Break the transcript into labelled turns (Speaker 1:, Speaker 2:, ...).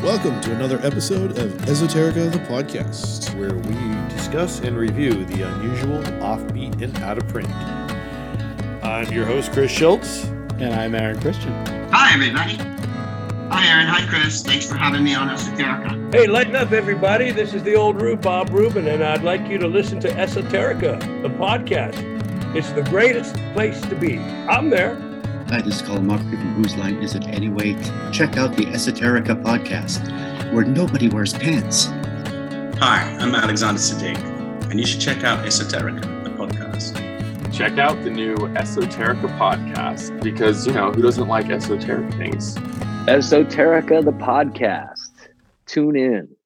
Speaker 1: Welcome to another episode of Esoterica the Podcast.
Speaker 2: where we discuss and review the unusual, offbeat, and out of print. I'm your host, Chris Schultz.
Speaker 3: And I'm Aaron Christian.
Speaker 4: Hi, everybody. Hi, Aaron. Hi, Chris. Thanks for having me on Esoterica.
Speaker 5: Hey, lighten up, everybody. This is the old Rube, Bob Rubin, and I'd like you to listen to Esoterica, the podcast. It's the greatest place to be. I'm there.
Speaker 6: Hi, this is Colin Mockery from Whose Line Is It Anyway? Check out the Esoterica podcast, where nobody wears pants.
Speaker 7: Hi, I'm Alexander Siddig, and you should check out Esoterica, the podcast.
Speaker 8: check out the new Esoterica podcast because, you know, who doesn't like esoteric things?
Speaker 9: Esoterica the podcast. Tune in.